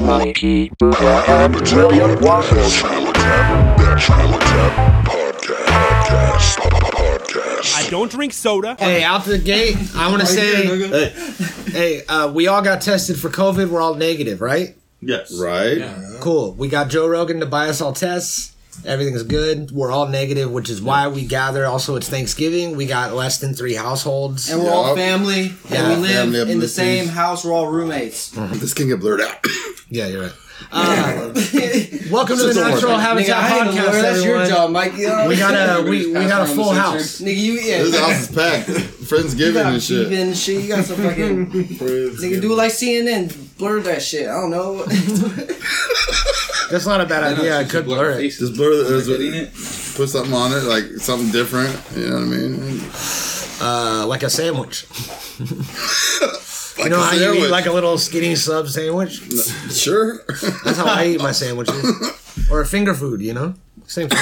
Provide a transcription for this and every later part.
Molly P. Buddha and William Waffles. I don't drink soda. Hey, out the gate, I want to say, Hey. hey, uh, we all got tested for COVID. We're all negative, right? Yes. Right? Cool. We got Joe Rogan to buy us all tests. Everything's good. We're all negative, which is why we gather. Also, it's Thanksgiving. We got less than three households. And we're all Yup. family, and Yeah, we live family up in in the this same piece. house. We're all roommates. This can get blurred out. Yeah, you're right. Uh, welcome to the Don't worry. Natural Nigga, I ain't Habitat a Podcast. lawyer, That's your everyone. job, Mike. You know what We I'm got a- saying? we- we Everybody's got a passed full around the house. censored. Nigga, you yeah. this house is packed. you Friendsgiving got and shit. even shit. You got some fucking nigga do like CNN, blur that shit. I don't know. That's not a bad idea. I could blur it. Just blur the- Is it in it? Put something on it, like something different. You know what I mean? Uh, like a sandwich. Like You know a how you eat sandwich. like a little skinny sub sandwich? sure. That's how I eat my sandwiches. Or finger food, you know? Same thing.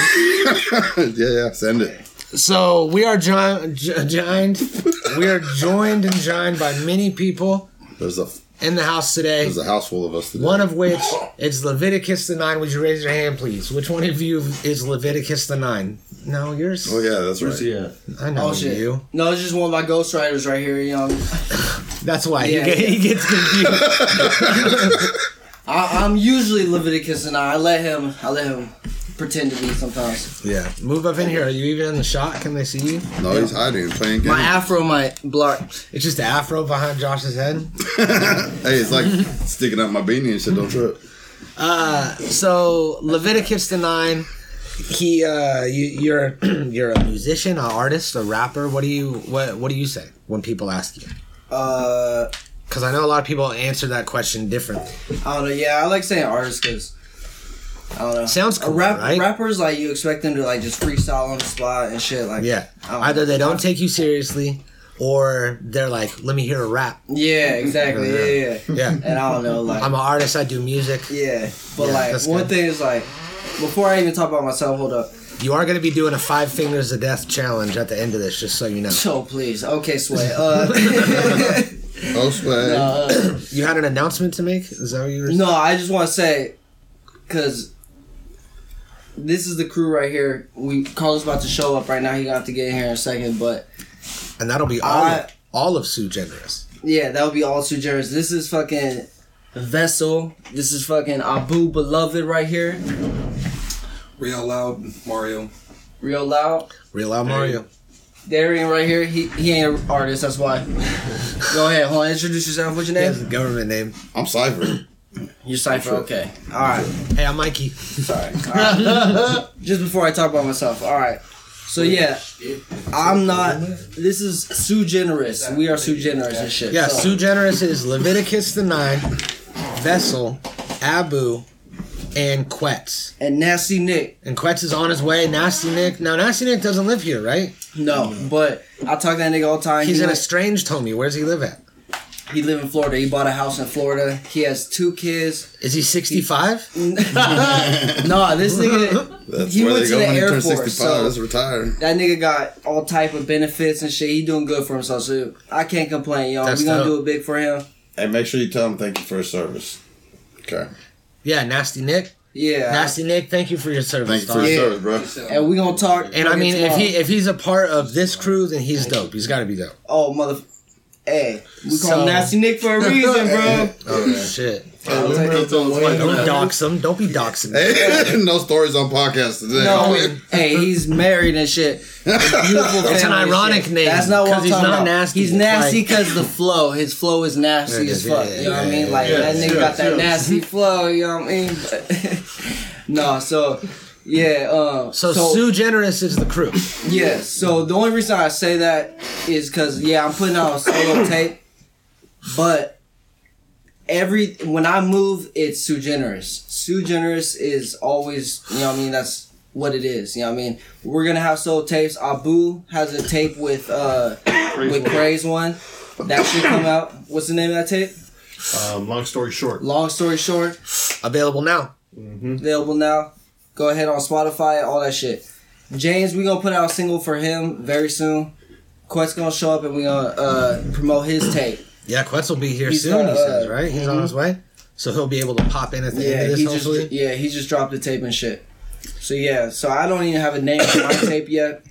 yeah, yeah. Send it. So we are jo- jo- joined. We are joined and joined by many people There's a in the house today. there's a house full of us today. One of which is Leviticus the nine. Would you raise your hand, please? Which one of you is Leviticus the nine? No, yours. Oh yeah, that's right. Yeah. I know Oh shit. you. No, it's just one of my ghostwriters right here, young. That's why Yeah. he, get, he gets confused. I, I'm usually Leviticus, and I, I let him. I let him pretend to be sometimes. yeah, move up in here. Are you even in the shot? Can they see you? No, he's hiding, playing games. My afro might blur. It's just the afro behind Josh's head. hey, it's like sticking out my beanie and shit. Don't trip. So Leviticus the nine. He, uh, you, you're you're a musician, an artist, a rapper. What do you what What do you say when people ask you? Uh, Because I know a lot of people answer that question differently. I don't know. Yeah, I like saying artist because I don't know. Sounds A cool, right? Rappers like you expect them to like just freestyle on the spot and shit. Like Yeah, I don't either know. they don't take you seriously, or they're like, "Let me hear a rap." Yeah, exactly. Yeah, yeah. yeah. Yeah, And I don't know, like I'm an artist. I do music. yeah, but Yeah, like that's one good. thing is like before I even talk about myself, hold up. You are going to be doing a five fingers of death challenge at the end of this, just so you know. Oh please, okay, sweat. Uh, Oh, swag. uh, You had an announcement to make. Is that what you were? no, I just want to say, cause this is the crew right here. We Carlos about to show up right now. He gonna have to get in here in a second, but And that'll be all I- of, all of Sue Generous. Yeah, that would be all two genres. This is fucking Vessel. This is fucking Abu Beloved right here. Real loud, Mario. Real loud. Real out Mario. Darian right here. He he ain't an artist, that's why. Go ahead, hold on, introduce yourself. What's your He has name? a government name. I'm Cypher. Your cipher, okay. Alright. Hey, I'm Mikey. Sorry. Just before I talk about myself. Alright. So yeah. I'm not this is Sue Generous. We are Sue Generous and shit. Yeah, so- Sue Generous is Leviticus the Nine, Vessel, Abu, and Quetz. and Nasty Nick. And Quetz is on his way. Nasty Nick. Now, Nasty Nick doesn't live here, right? No, but I talk to that nigga all the time. He's He an like- estranged homie. Where does he live at? He live in Florida. He bought a house in Florida. He has two kids. Is he 65? No, this nigga, That's He where went they to go the when you Air turn Force, 65. so- That's retired. that nigga got all type of benefits and shit. He doing good for himself. So I can't complain, y'all. That's we gonna dope. do it big for him. Hey, make sure you tell him thank you for his service. Okay. Yeah, Nasty Nick. Yeah. Nasty Nick, thank you for your Thank service. you for dog. your Yeah. service, bro. and we gonna talk. And I fucking mean, if tomorrow. he if he's a part of this crew, then he's dope. He's got to be dope. oh mother, hey, we call So- him Nasty Nick for a reason, bro. Oh shit! Don't Hey, dox him. Don't be doxing. him. no stories on podcast today. no, hey, he's married and shit. Beautiful It's an family and ironic shit. name, That's not what 'cause I'm he's talking not about. nasty. He's It's nasty like- because the flow, his flow is There it nasty is, as fuck. yeah, you know what I yeah, mean? Like yeah, that yeah, nigga got that yeah. nasty flow. You know what I mean? But- no, so yeah. Um, So, Sue Generous is the crew. yeah. So the only reason I say that is because yeah, I'm putting out a solo tape, but every when I move, it's Sue Generous. Sue Generous is always you know what I mean. That's what it is. You know what I mean. We're gonna have solo tapes. Abu has a tape with uh with Craze One. That should come out. What's the name of that tape? Um, long story short, Long story short, Available now. available now. Go ahead on Spotify, all that shit. James, we gonna put out a single for him very soon. Quest gonna show up and we gonna uh, promote his tape. Yeah, Quetz will be here He's soon. not, he says uh, right. He's on his way. So he'll be able to pop in at the end Yeah, of this, he hopefully. just yeah he just dropped the tape and shit. So yeah, so I don't even have a name for my tape yet,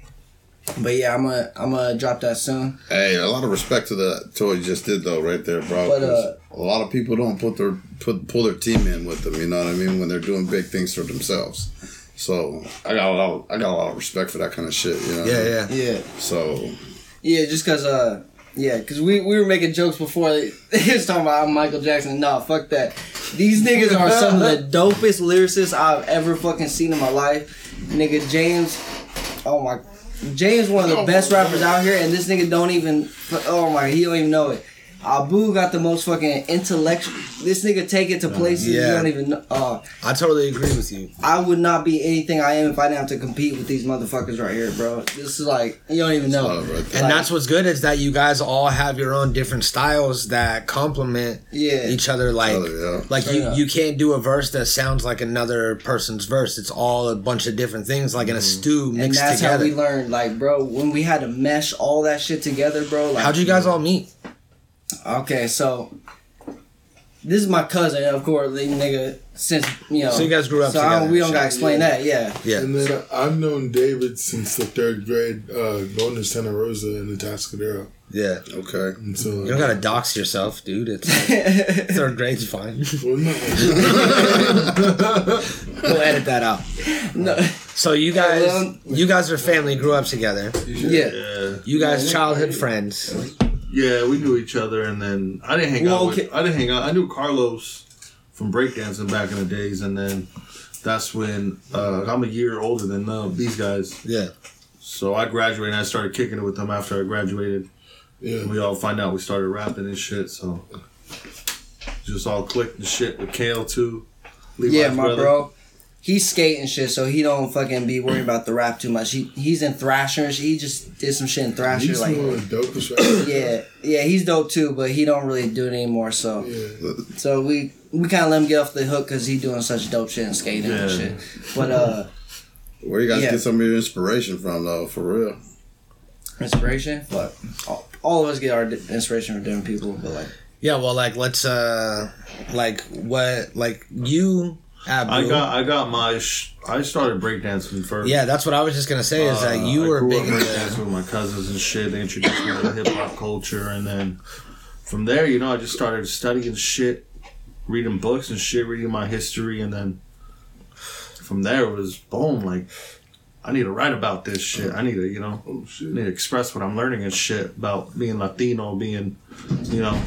but yeah, I'm gonna I'm gonna drop that soon. Hey, a lot of respect to the to what you just did though, right there, bro. But, 'cause uh, a lot of people don't put their put pull their team in with them. You know what I mean? When they're doing big things for themselves. So I got a lot. Of, I got a lot of respect for that kind of shit. You know? yeah, yeah. Yeah, So yeah, just cause uh yeah, cause we we were making jokes before they was talking about I'm Michael Jackson. Nah, fuck that. These niggas are some of the dopest lyricists I've ever fucking seen in my life. Nigga James, oh my, James one of the best rappers out here, and this nigga don't even oh my he don't even know it. Abu got the most fucking intellectual. This nigga take it to places you Uh, Yeah. don't even know. Uh, I totally agree with you. I would not be anything I am if I didn't have to compete with these motherfuckers right here, bro. This is like you don't even know. love right And there. Like, that's what's good is that you guys all have your own different styles that complement Yeah. each other. Like, Other, yeah. like you, Yeah. you can't do a verse that sounds like another person's verse. It's all a bunch of different things, like in a stew Mm-hmm. and mixed that's how together. we learned, like, bro, when we had to mesh all that shit together, bro. Like, How'd you guys all meet? Okay, so this is my cousin, of course, the nigga. Since you know, So you guys grew up So I don't- together we and don't gotta shit. explain that, yeah. Yeah. And then I've known David since the third grade, uh, going to Santa Rosa in the Atascadero. Yeah. okay. And so, You don't gotta dox yourself, dude. It's third grade's fine. well, no, We'll edit that out. No, So you guys, well- you guys are family. Grew up together. yeah. yeah, You guys, childhood friends. uh, yeah, we knew each other, and then I didn't hang Well, out. okay. With, I didn't hang out. I knew Carlos from breakdancing back in the days, and then that's when uh, I'm a year older than uh, these guys. Yeah. So I graduated, and I started kicking it with them after I graduated. Yeah. We all find out we started rapping and shit, so just all clicked and shit with Kale too. Levi's Yeah, my brother. bro. He's skating shit, so he don't fucking be worried about the rap too much. He he's in Thrasher. and shit. He just did some shit in Thrasher, He's like one of the dopest rappers. yeah, yeah. He's dope too, but he don't really do it anymore. So Yeah. so we we kind of let him get off the hook because he doing such dope shit and skating and Yeah. shit. But uh, Where you guys Yeah. get some of your inspiration from though? For real. inspiration, fuck. All, all of us get our di- inspiration from different people, but like Yeah. Well, like let's, uh like what, like you, Abu. I got I got my sh- I started breakdancing first. yeah, that's what I was just gonna say is that you Uh, I were grew big up into breakdancing with my cousins and shit. They introduced me to hip hop culture, and then from there, you know, I just started studying shit, reading books and shit, reading my history, and then from there it was boom. Like, I need to write about this shit. I need to, you know, I need to express what I'm learning and shit about being Latino, being, you know,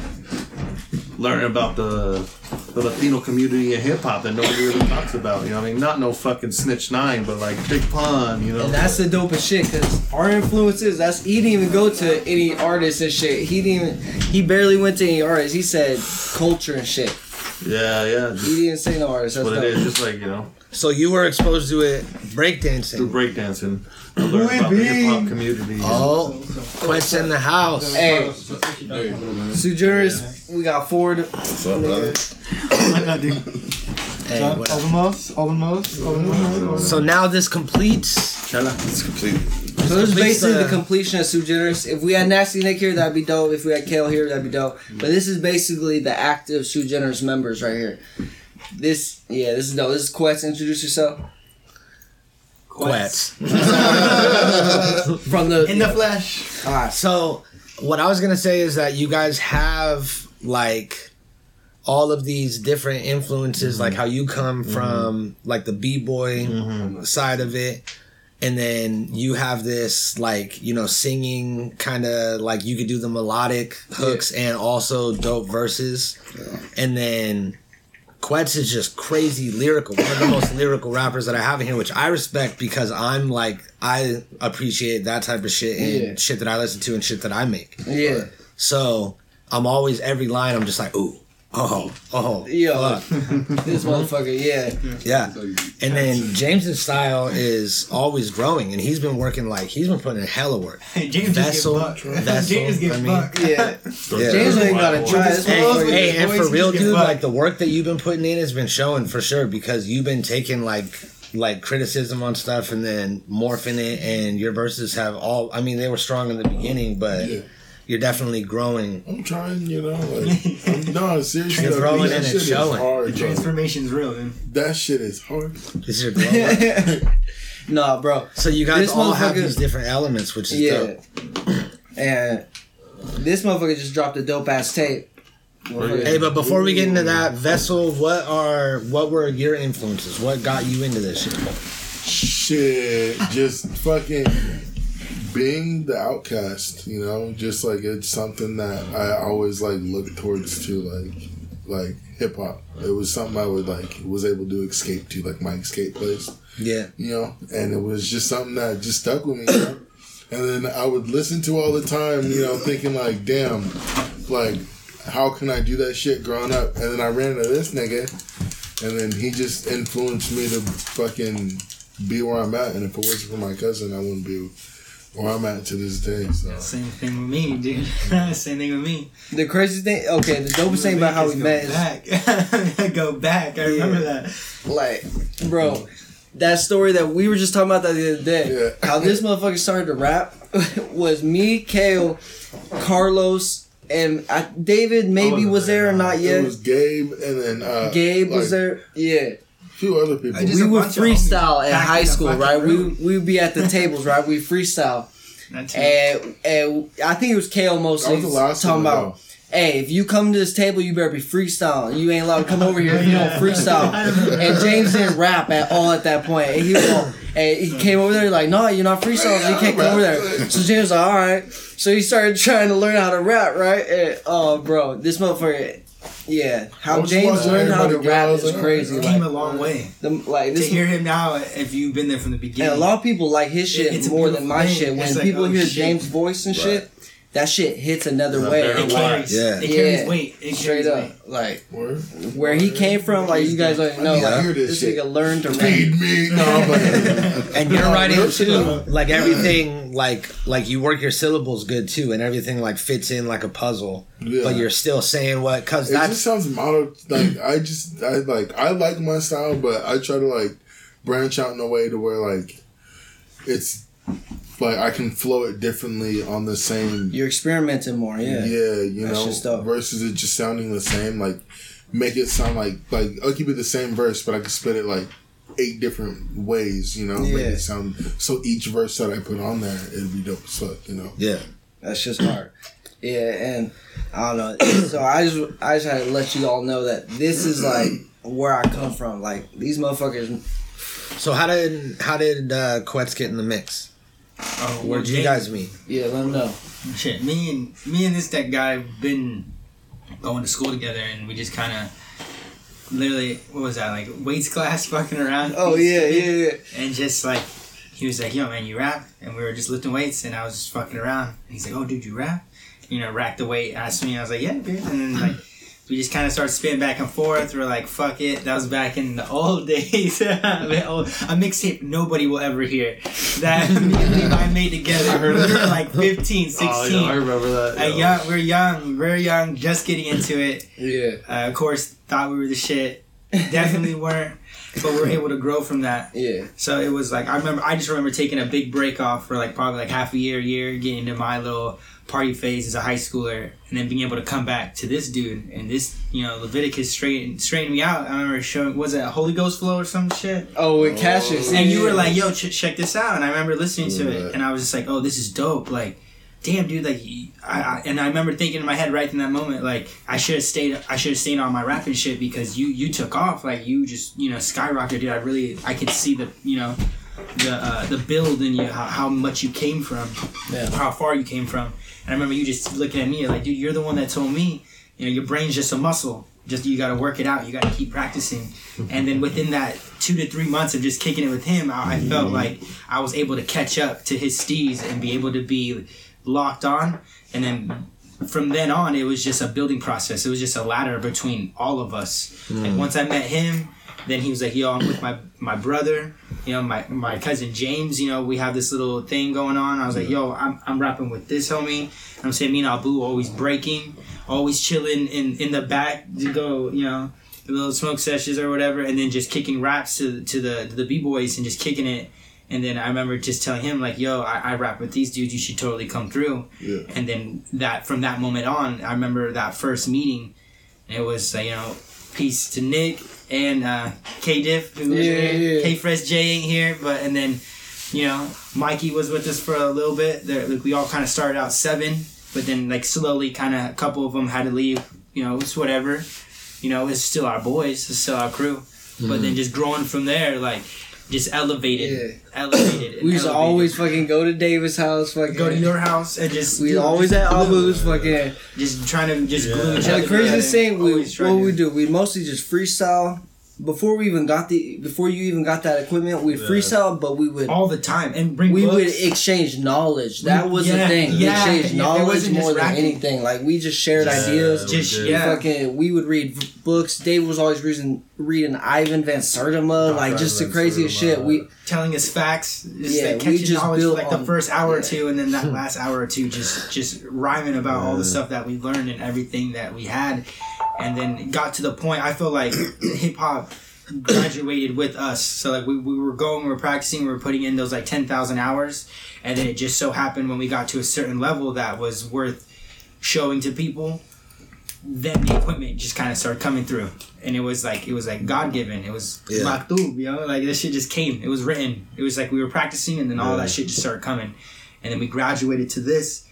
learning about the. The Latino community in hip hop that nobody really talks about, you know. what I mean, not no fucking snitch nine, but like Big Pun, you know. And that's the dopest shit because our influences. That's he didn't even go to any artists and shit. He didn't. Even, he barely went to any artists. He said culture and shit. Yeah, yeah. Just He didn't say no artists. That's what it dope. is, just like, you know, So you were exposed to it through breakdancing. breakdancing. I learned about the hip hop community. Oh, Quest in the house. Hey, Sojourners, we got Ford. What's up, brother? Hey, what- Open mouth, open mouth, open mouth. so now this completes. It's complete. So this is completes basically the- the completion of Sojourners. If we had Nasty Nick here, that'd be dope. If we had Kale here, that'd be dope. But this is basically the active Sojourners members right here. This, yeah, this is dope. This is Quest. Introduce yourself Quest. from the. In the flesh. All right. So what I was gonna say is that you guys have like all of these different influences, like how you come from like the b boy side of it, and then you have this like you know singing kind of like you could do the melodic hooks and also dope verses, and then. Quetz is just crazy lyrical, one of the most lyrical rappers that I have in here, which I respect because I'm like I appreciate that type of shit and Yeah. shit that I listen to and shit that I make. Yeah. So I'm always every line I'm just like ooh oh oh Yo, fuck. this motherfucker, yeah. yeah. And then James's style is always growing, and he's been working like he's been putting in hella work. Hey, James just Vessel, get bucked. vessel, James just I get mean- bucked. Yeah. Yeah. James ain't gotta try this Hey, Those motherfucker. with hey, his and for voice, real, he get dude, fucked. like the work that you've been putting in has been showing for sure because you've been taking like like criticism on stuff and then morphing it, and your verses have all. I mean, they were strong in the beginning, but you're definitely growing. I'm trying, you know. Like, I'm, no, seriously. You're like, throwing that in and shit is showing. hard, The bro. transformation's real, man. That shit is hard. This is your grow. no, bro. so you guys This all have motherfucker- these different elements, which is Yeah. dope. And this motherfucker just dropped a dope ass tape. Motherfucker- Hey, but before we get into that, Vessel, what are what were your influences? What got you into this shit? Shit, just fucking being the outcast, you know, just like it's something that I always like looked towards to like like hip hop. It was something I would like was able to escape to, like my escape place. Yeah. you know, and it was just something that just stuck with me. You know? And then I would listen to all the time, you know, thinking like, damn, like how can I do that shit growing up? And then I ran into this nigga, and then he just influenced me to fucking be where I'm at. And if it wasn't for my cousin, I wouldn't be where I'm at to this day. So Same thing with me, dude. Same thing with me. The crazy thing, okay, the dopest thing about how we Just go met is Back. go back. I remember that. like, bro, that story that we were just talking about that the other day, Yeah. how this motherfucker started to rap was me, Kale, Carlos, and I, David maybe wasn't was there, there or no. not it yet. was Gabe, and then uh, Gabe was like, there. Yeah, A few other people. I just- we a would bunch of homies freestyle at back high in the school, fucking right? We room. we'd be at the tables, right? We freestyle, That's and and I think it was Kale that mostly was the last talking one. about. though. hey, if you come to this table, you better be freestyling. You ain't allowed to come over here if you don't Yeah. freestyle. and James didn't rap at all at that point. And he was all, and he came over there like, no, you're not freestyling. You can't come over there. So James was like, all right. So he started trying to learn how to rap, right? And, oh, bro, this motherfucker. Yeah, I how was James watching learned how to everybody rap go, I was is like, crazy. It came a Like, long way. the, like To this, hear him now, if you've been there from the and beginning. a lot of people like his shit it's a more than beautiful my thing. shit. When It's like, people oh, hear shit. James' voice and shit, that shit hits another It's a way. better it carries. Yeah. It carries Yeah. weight. It Straight carries up, weight. like Word? where he came from, like you guys already know, I mean, I like, hear this this shit. nigga learned to Feed rap. me. No, I'm like, And you're No, writing real too. shit. Like everything like like you work your syllables good too and everything like fits in like a puzzle. Yeah. But you're still saying what cause It just that's sounds mono. Like I just, I like, I like my style, but I try to like branch out in a way to where like it's like I can flow it differently on the same. You're experimenting more, Yeah, yeah. you That's know, just dope. versus it just sounding the same. Like make it sound like like I'll keep it the same verse, but I can split it like eight different ways. You know, make Yeah. it sound so each verse that I put on there, it'd be dope as fuck. You know, yeah. That's just hard. Yeah, and I don't know. So I just I just had to let you all know that this is like where I come from. Like these motherfuckers, So how did how did uh Quetz get in the mix? Oh, Where'd you James- guys meet? yeah, let them know. Shit, me and me and this tech guy have been going to school together, and we just kind of literally what was that like weights class fucking around. Oh yeah, yeah, yeah. And just like he was like, "Yo, man, you rap," and we were just lifting weights, and I was just fucking around. And he's like, "Oh, dude, you rap?" You know, rack the weight. And I swing. I was like, "Yeah, dude." And then like. We just kind of started spinning back and forth. We're like, "Fuck it!" That was back in the old days. The old- a mixtape nobody will ever hear. That me and Levi made together. heard we were that. like 15, 16. Oh, yeah, I remember that. Uh, yo. young, we're young, we're young, just getting into it. Yeah, Uh, of course, thought we were the shit. Definitely weren't, but we're able to grow from that. yeah. So it was like I remember. I just remember taking a big break off for like probably like half a year, year, getting into my little party phase as a high schooler, and then being able to come back to this dude and this, you know, Leviticus straightened straightened me out. I remember showing was it a Holy Ghost flow or some shit. Oh, with Cassius, And you were yeah. like, "Yo, ch- check this out," and I remember listening to Right. it, and I was just like, "Oh, this is dope!" Like, damn, dude, like, y- I, I- and I remember thinking in my head right in that moment, like, I should have stayed, I should have stayed on my rapping shit because you, you took off, like, you just, you know, skyrocketed. Dude, I really, I could see the, you know, the, uh, the build in you, how, how much you came from, Yeah. how far you came from. And I remember you just looking at me like, dude, you're the one that told me, you know, your brain's just a muscle. Just you got to work it out. You got to keep practicing. And then within that two to three months of just kicking it with him, I, I felt like I was able to catch up to his steez and be able to be locked on. And then from then on, it was just a building process. It was just a ladder between all of us. And once I met him, then he was like, "Yo, I'm with my my brother, you know, my my cousin James. You know, we have this little thing going on." I was like, "Yo, I'm I'm rapping with this homie." I'm saying, me and Abu always breaking, always chilling in in the back to go, you know, the little smoke sessions or whatever, and then just kicking raps to to the to the b boys and just kicking it. And then I remember just telling him like, "Yo, I, I rap with these dudes. You should totally come through." Yeah. And then that from that moment on, I remember that first meeting. It was uh, you know, peace to Nick and uh, K Diff. who was Yeah, here. yeah, yeah. K Fresh J ain't here, but and then you know, Mikey was with us for a little bit. There, like, we all kind of started out seven, but then like slowly, kind of a couple of them had to leave. You know, it's whatever. You know, it's still our boys, it's still our crew. But Mm-hmm. then just growing from there, like just elevated, elevated. and We used to elevated. always fucking go to Davis' house, fucking. go to your house and just we dude, always just at glue. Abu's, fucking. just trying to just glue each And other. the craziest together. thing, we, Always what trying to- we do, we mostly just freestyle. Before we even got the, before you even got that equipment, we freestyle, but we would all the time and bring we books. would exchange knowledge. That was the yeah, thing. we yeah, exchanged yeah, it knowledge wasn't just more than rapping. anything. Like we just shared ideas. we just did. We yeah. Fucking, we would read v- books. Dave was always reading, reading Ivan Van Sertima, like just the Van craziest shit. Sertima. We telling us facts, just Yeah, like we catching just knowledge for built like the on- first hour or yeah. two, and then that last hour or two, just just rhyming about all the stuff that we learned and everything that we had, and then it got to the point. I feel like hip hop graduated with us, so like we, we were going, we were practicing, we were putting in those like ten thousand hours, and then it just so happened when we got to a certain level that was worth showing to people then the equipment just kind of started coming through and it was like it was like god given it was Yeah. maktub you know like this shit just came it was written it was like we were practicing and then all that shit just started coming and then we graduated to this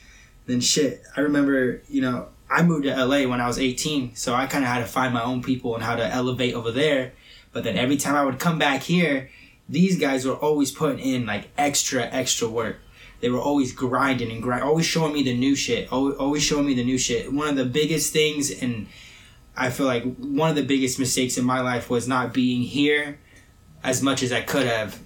then shit i remember you know i moved to la when i was 18 so i kind of had to find my own people and how to elevate over there but then every time i would come back here these guys were always putting in like extra extra work they were always grinding and grind, always showing me the new shit, always, always showing me the new shit. One of the biggest things, and I feel like one of the biggest mistakes in my life was not being here as much as I could have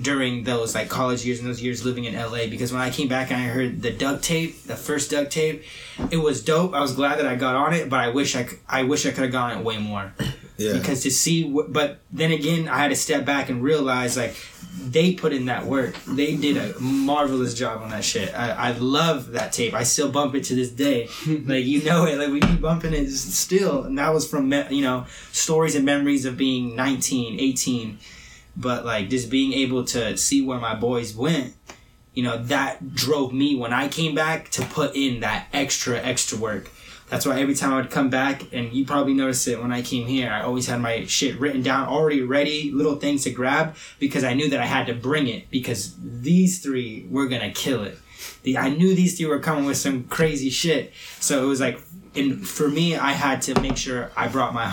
during those like college years and those years living in LA. Because when I came back and I heard the duct tape, the first duct tape, it was dope. I was glad that I got on it, but I wish I, c- I wish I could have gone on it way more Yeah. because to see what but then again i had to step back and realize like they put in that work they did a marvelous job on that shit i, I love that tape i still bump it to this day like you know it like we keep bumping it still and that was from me- you know stories and memories of being 19 18 but like just being able to see where my boys went you know that drove me when i came back to put in that extra extra work that's why every time I would come back, and you probably noticed it when I came here, I always had my shit written down, already ready, little things to grab, because I knew that I had to bring it, because these three were gonna kill it. The, I knew these three were coming with some crazy shit. So it was like, and for me, I had to make sure I brought my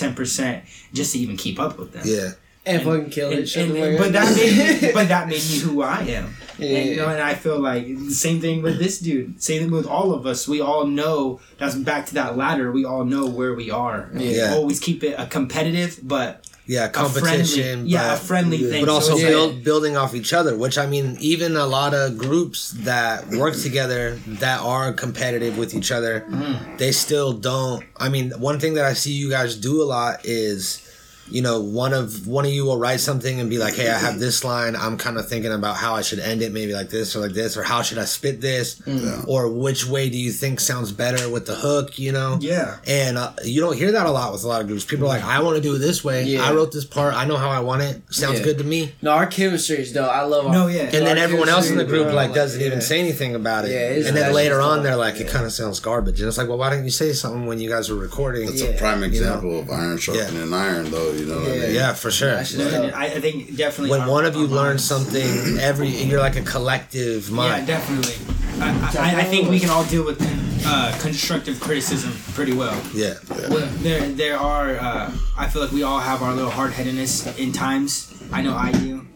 110% just to even keep up with them. Yeah. and, fucking killed And- it. shit and- like but that made me, but that made me who I am. And, you know, and I feel like same thing with this dude. Same thing with all of us. We all know that's back to that ladder. We all know where we are. And Yeah. We always keep it a competitive, but Yeah. a Competition. friendly, yeah, a but- friendly thing. but also so it's build, like- building off each other which i mean even a lot of groups that work together that are competitive with each other Mm. they still don't i mean one thing that i see you guys do a lot is you know one of one of you will write something and be like hey i have this line i'm kind of thinking about how i should end it maybe like this or like this or how should i spit this Mm. or which way do you think sounds better with the hook you know Yeah. and uh, you don't hear that a lot with a lot of groups people are like i want to do it this way Yeah. i wrote this part i know how i want it sounds Yeah. good to me no, our chemistry is dope. I love. Our, No, yeah. and then our everyone else in the chemistry, group bro, like doesn't uh, yeah. even say anything about it. Yeah, it's- and then that's later just on, all- they're like, "It kind of sounds garbage." And it's like, "Well, why didn't you say something when you guys were recording?" That's yeah. a prime know? example of iron sharpening iron, though. You know what I mean? for sure. That's just dope. I, I think definitely When our- one of you our learns minds. something, every you're like a collective Yeah, mind. definitely. I, I, I think we can all deal with uh, constructive criticism pretty well. Yeah, Well, there, there are. Uh, I feel like we all have our little hard headedness in times. I know I do.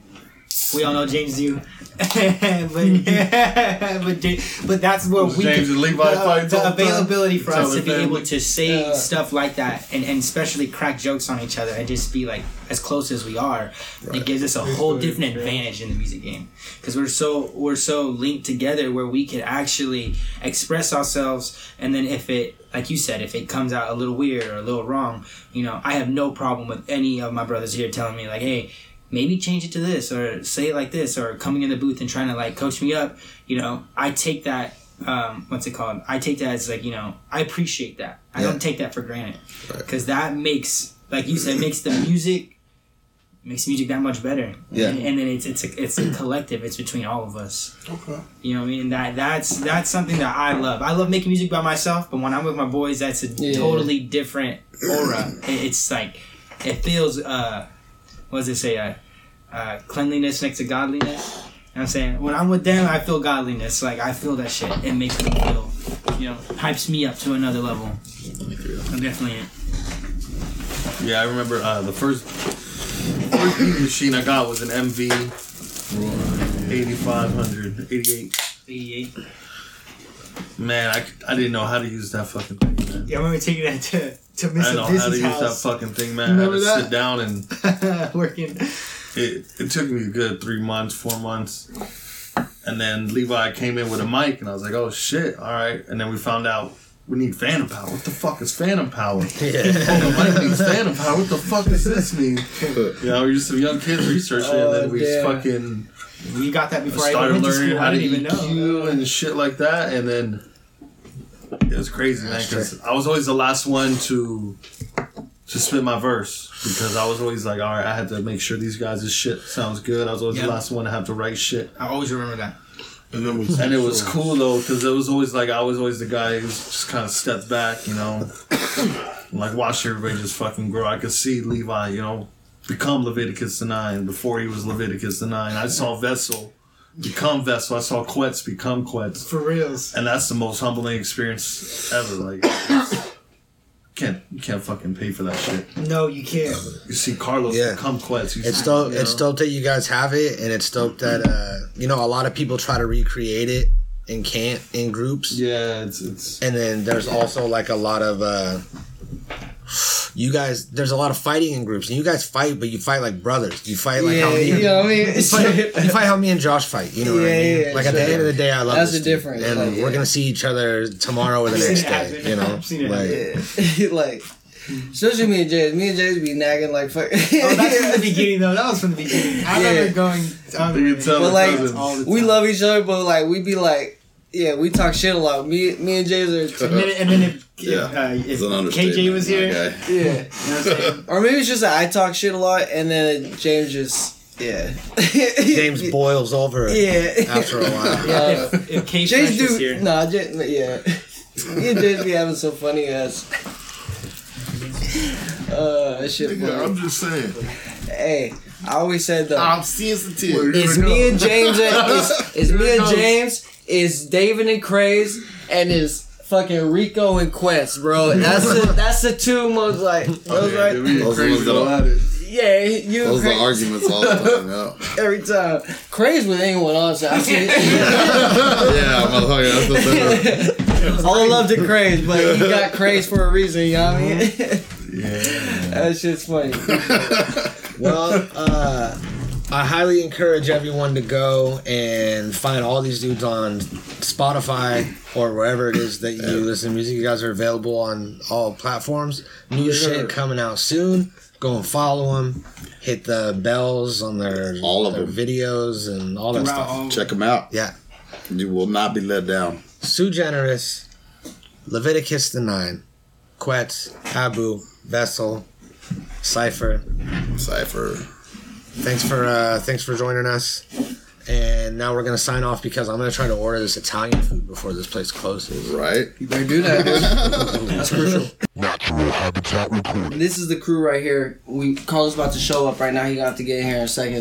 We all know James do. but but, Ja- but that's where we James and Levi the, fight all the the time. availability for It's us our to be family. able to say Yeah. stuff like that and, and especially crack jokes on each other and just be like as close as we are it gives us a whole different advantage in the music game because we're so we're so linked together where we can actually express ourselves and then if it like you said if it comes out a little weird or a little wrong you know i have no problem with any of my brothers here telling me like hey maybe change it to this or say it like this or coming in the booth and trying to like coach me up you know i take that um, what's it called i take that as like you know i appreciate that i don't take that for granted because that makes like you said makes the music makes music that much better. Yeah. And, and then it's it's a, it's a collective. It's between all of us. Okay. You know what I mean? That that's that's something that I love. I love making music by myself, but when I'm with my boys, that's a Yeah. totally different aura. It- it's like it feels uh, what does it say? Uh, uh, cleanliness next to godliness. You know what I'm saying when I'm with them, I feel godliness. Like I feel that shit. It makes me feel, you know, hypes me up to another level. I'm definitely in. Yeah, I remember uh, the first first beat machine I got was an MV 8500, 88. 88. Man, I, c- I didn't know how to use that fucking thing, man. Yeah, I remember taking that to to I didn't know Mr. how to Dizzy's use that house, fucking thing, man. I had Remember to that? sit down and working. it, it took me a good three months, four months. And then Levi came in with a mic, and I was like, oh shit, all right. And then we found out we need phantom power. What the fuck is phantom power? Oh, the mic needs phantom power. What the fuck does this mean? You know, we are just some young kids researching, and then we damn. fucking We got that before I even started went to learning school. how I to didn't even EQ know. and shit like that. And then it was crazy, man, because I was always the last one to to spit my verse because I was always like, all right, I had to make sure these guys' shit sounds good. I was always Yeah. the last one to have to write shit. I always remember that. And then we And it was cool though, because it was always like I was always the guy who just kind of stepped back, you know, and, like watched everybody just fucking grow. I could see Levi, you know, become Leviticus the Nine before he was Leviticus the Nine. I saw Vessel become Vessel. I saw Quetz become Quetz, For reals. and that's the most humbling experience ever. Like, it's- can't you can't fucking pay for that shit. No, you can't. You see Carlos Yeah. become Quetz. You It's see, dope. you It's know, dope that you guys have it, and it's dope that uh, you know a lot of people try to recreate it and can't in groups. Yeah, it's it's And then there's also like a lot of uh, you guys. There's a lot of fighting in groups, and you guys fight, but you fight like brothers. You fight like yeah, how me. you know what I mean? It's you fight how me and Josh fight. You know what I Yeah, mean? yeah, yeah, like at the sure. end of the day, I love That's this the dude, difference, and like, we're yeah. gonna see each other tomorrow or the I've seen next it day. happen. You know, I've seen it like, like, like, especially me and Jay's. Me and Jay's be nagging like fuck. Oh, that's from the beginning, though. That was from the beginning. I Yeah. remember going. Um, You can tell But it like, doesn't- all the time. we love each other, but like we be like, yeah, we talk shit a lot. Me, me and Jay's are, and then, and then if, Yeah. if, It's an uh, if understatement, KJ was my here, guy. yeah. you know what I'm saying? Or maybe it's just that I talk shit a lot, and then James just, yeah. James boils over yeah. after a while. Uh, if, if K James Fresh do, was here, nah, James, yeah. me and James be having some funny ass. Uh, that shit. Yeah, I'm funny. just saying. Hey, I always said though. Ah, sensitive. It's me and James. and- It's, it's me and James. It's David and Craze, and it's fucking Rico and Quest, bro. That's the that's the two most like. Those Yeah, like dude, we Those crazy are the- about it. yeah, you and Those are the Craze arguments all the time. Yeah, every time. Craze with anyone else. I see. yeah motherfucker. That's the thing. All love to Craze, but you got Craze for a reason. You know what I mean? yeah. That shit's funny. Well, uh, I highly encourage everyone to go and find all these dudes on Spotify or wherever it is that you listen to music. You guys are available on all platforms. New shit coming out soon. Go and follow them. Hit the bells on their All of their them. videos and all that throughout stuff. all- Check them out. Yeah, You will not be let down. Sue Generous, Leviticus the Nine, Quetz, Abu, Vessel, Cipher. Cipher. thanks for uh, thanks for joining us. And now we're gonna sign off because I'm gonna try to order this Italian food before this place closes. Right? You better do that. dude. That's crucial. Natural habitat recording. This is the crew right here. We Carlos about to show up right now. He got to get here in a second.